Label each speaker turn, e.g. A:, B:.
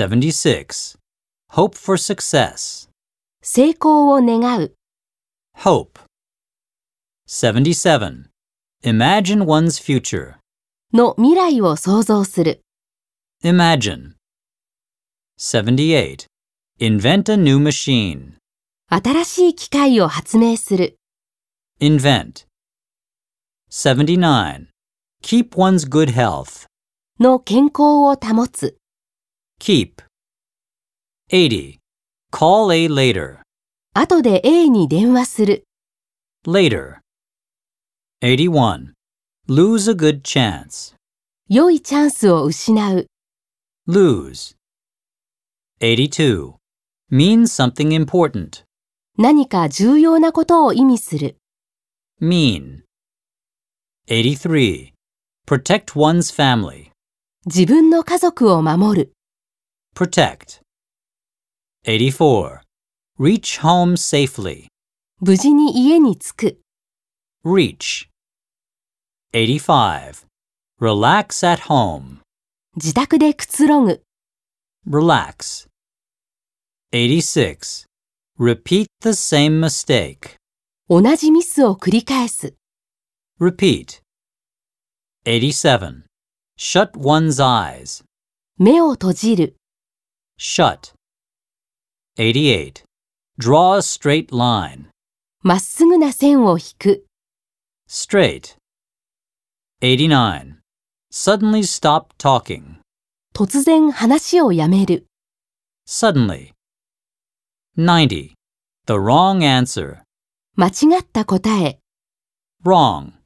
A: 76. Hope for success.
B: 成功を願う、
A: Hope. 77. Imagine one's future.
B: の未来を想像する、
A: Imagine. 78. Invent a new machine.
B: 新しい機械を発明する、
A: Invent. 79. Keep one's good health.
B: の健康を保つ、
A: Keep. 80. Call A later.
B: 後で A に電話する、
A: Later. 81. Lose a good chance.
B: 良いチャンスを失う、
A: Lose. 82. Mean something important.
B: 何か重要なことを意味する、
A: Mean. 83. Protect one's family.
B: 自分の家族を守る、
A: Protect. 84. Reach home safely.
B: 無事に家に着く、
A: Reach. 85. Relax at home.
B: 自宅でくつろぐ、
A: Relax. 86. Repeat the same mistake.
B: 同じミスを繰り返す、
A: Repeat. 87. Shut one's eyes.
B: 目を閉じる、
A: Shut. 88. Draw a straight line.
B: まっすぐな線を引く、
A: Straight. 89. Suddenly stop talking.
B: 突然話をやめる。
A: Suddenly. 90. The wrong answer.
B: 間違った答え、
A: Wrong.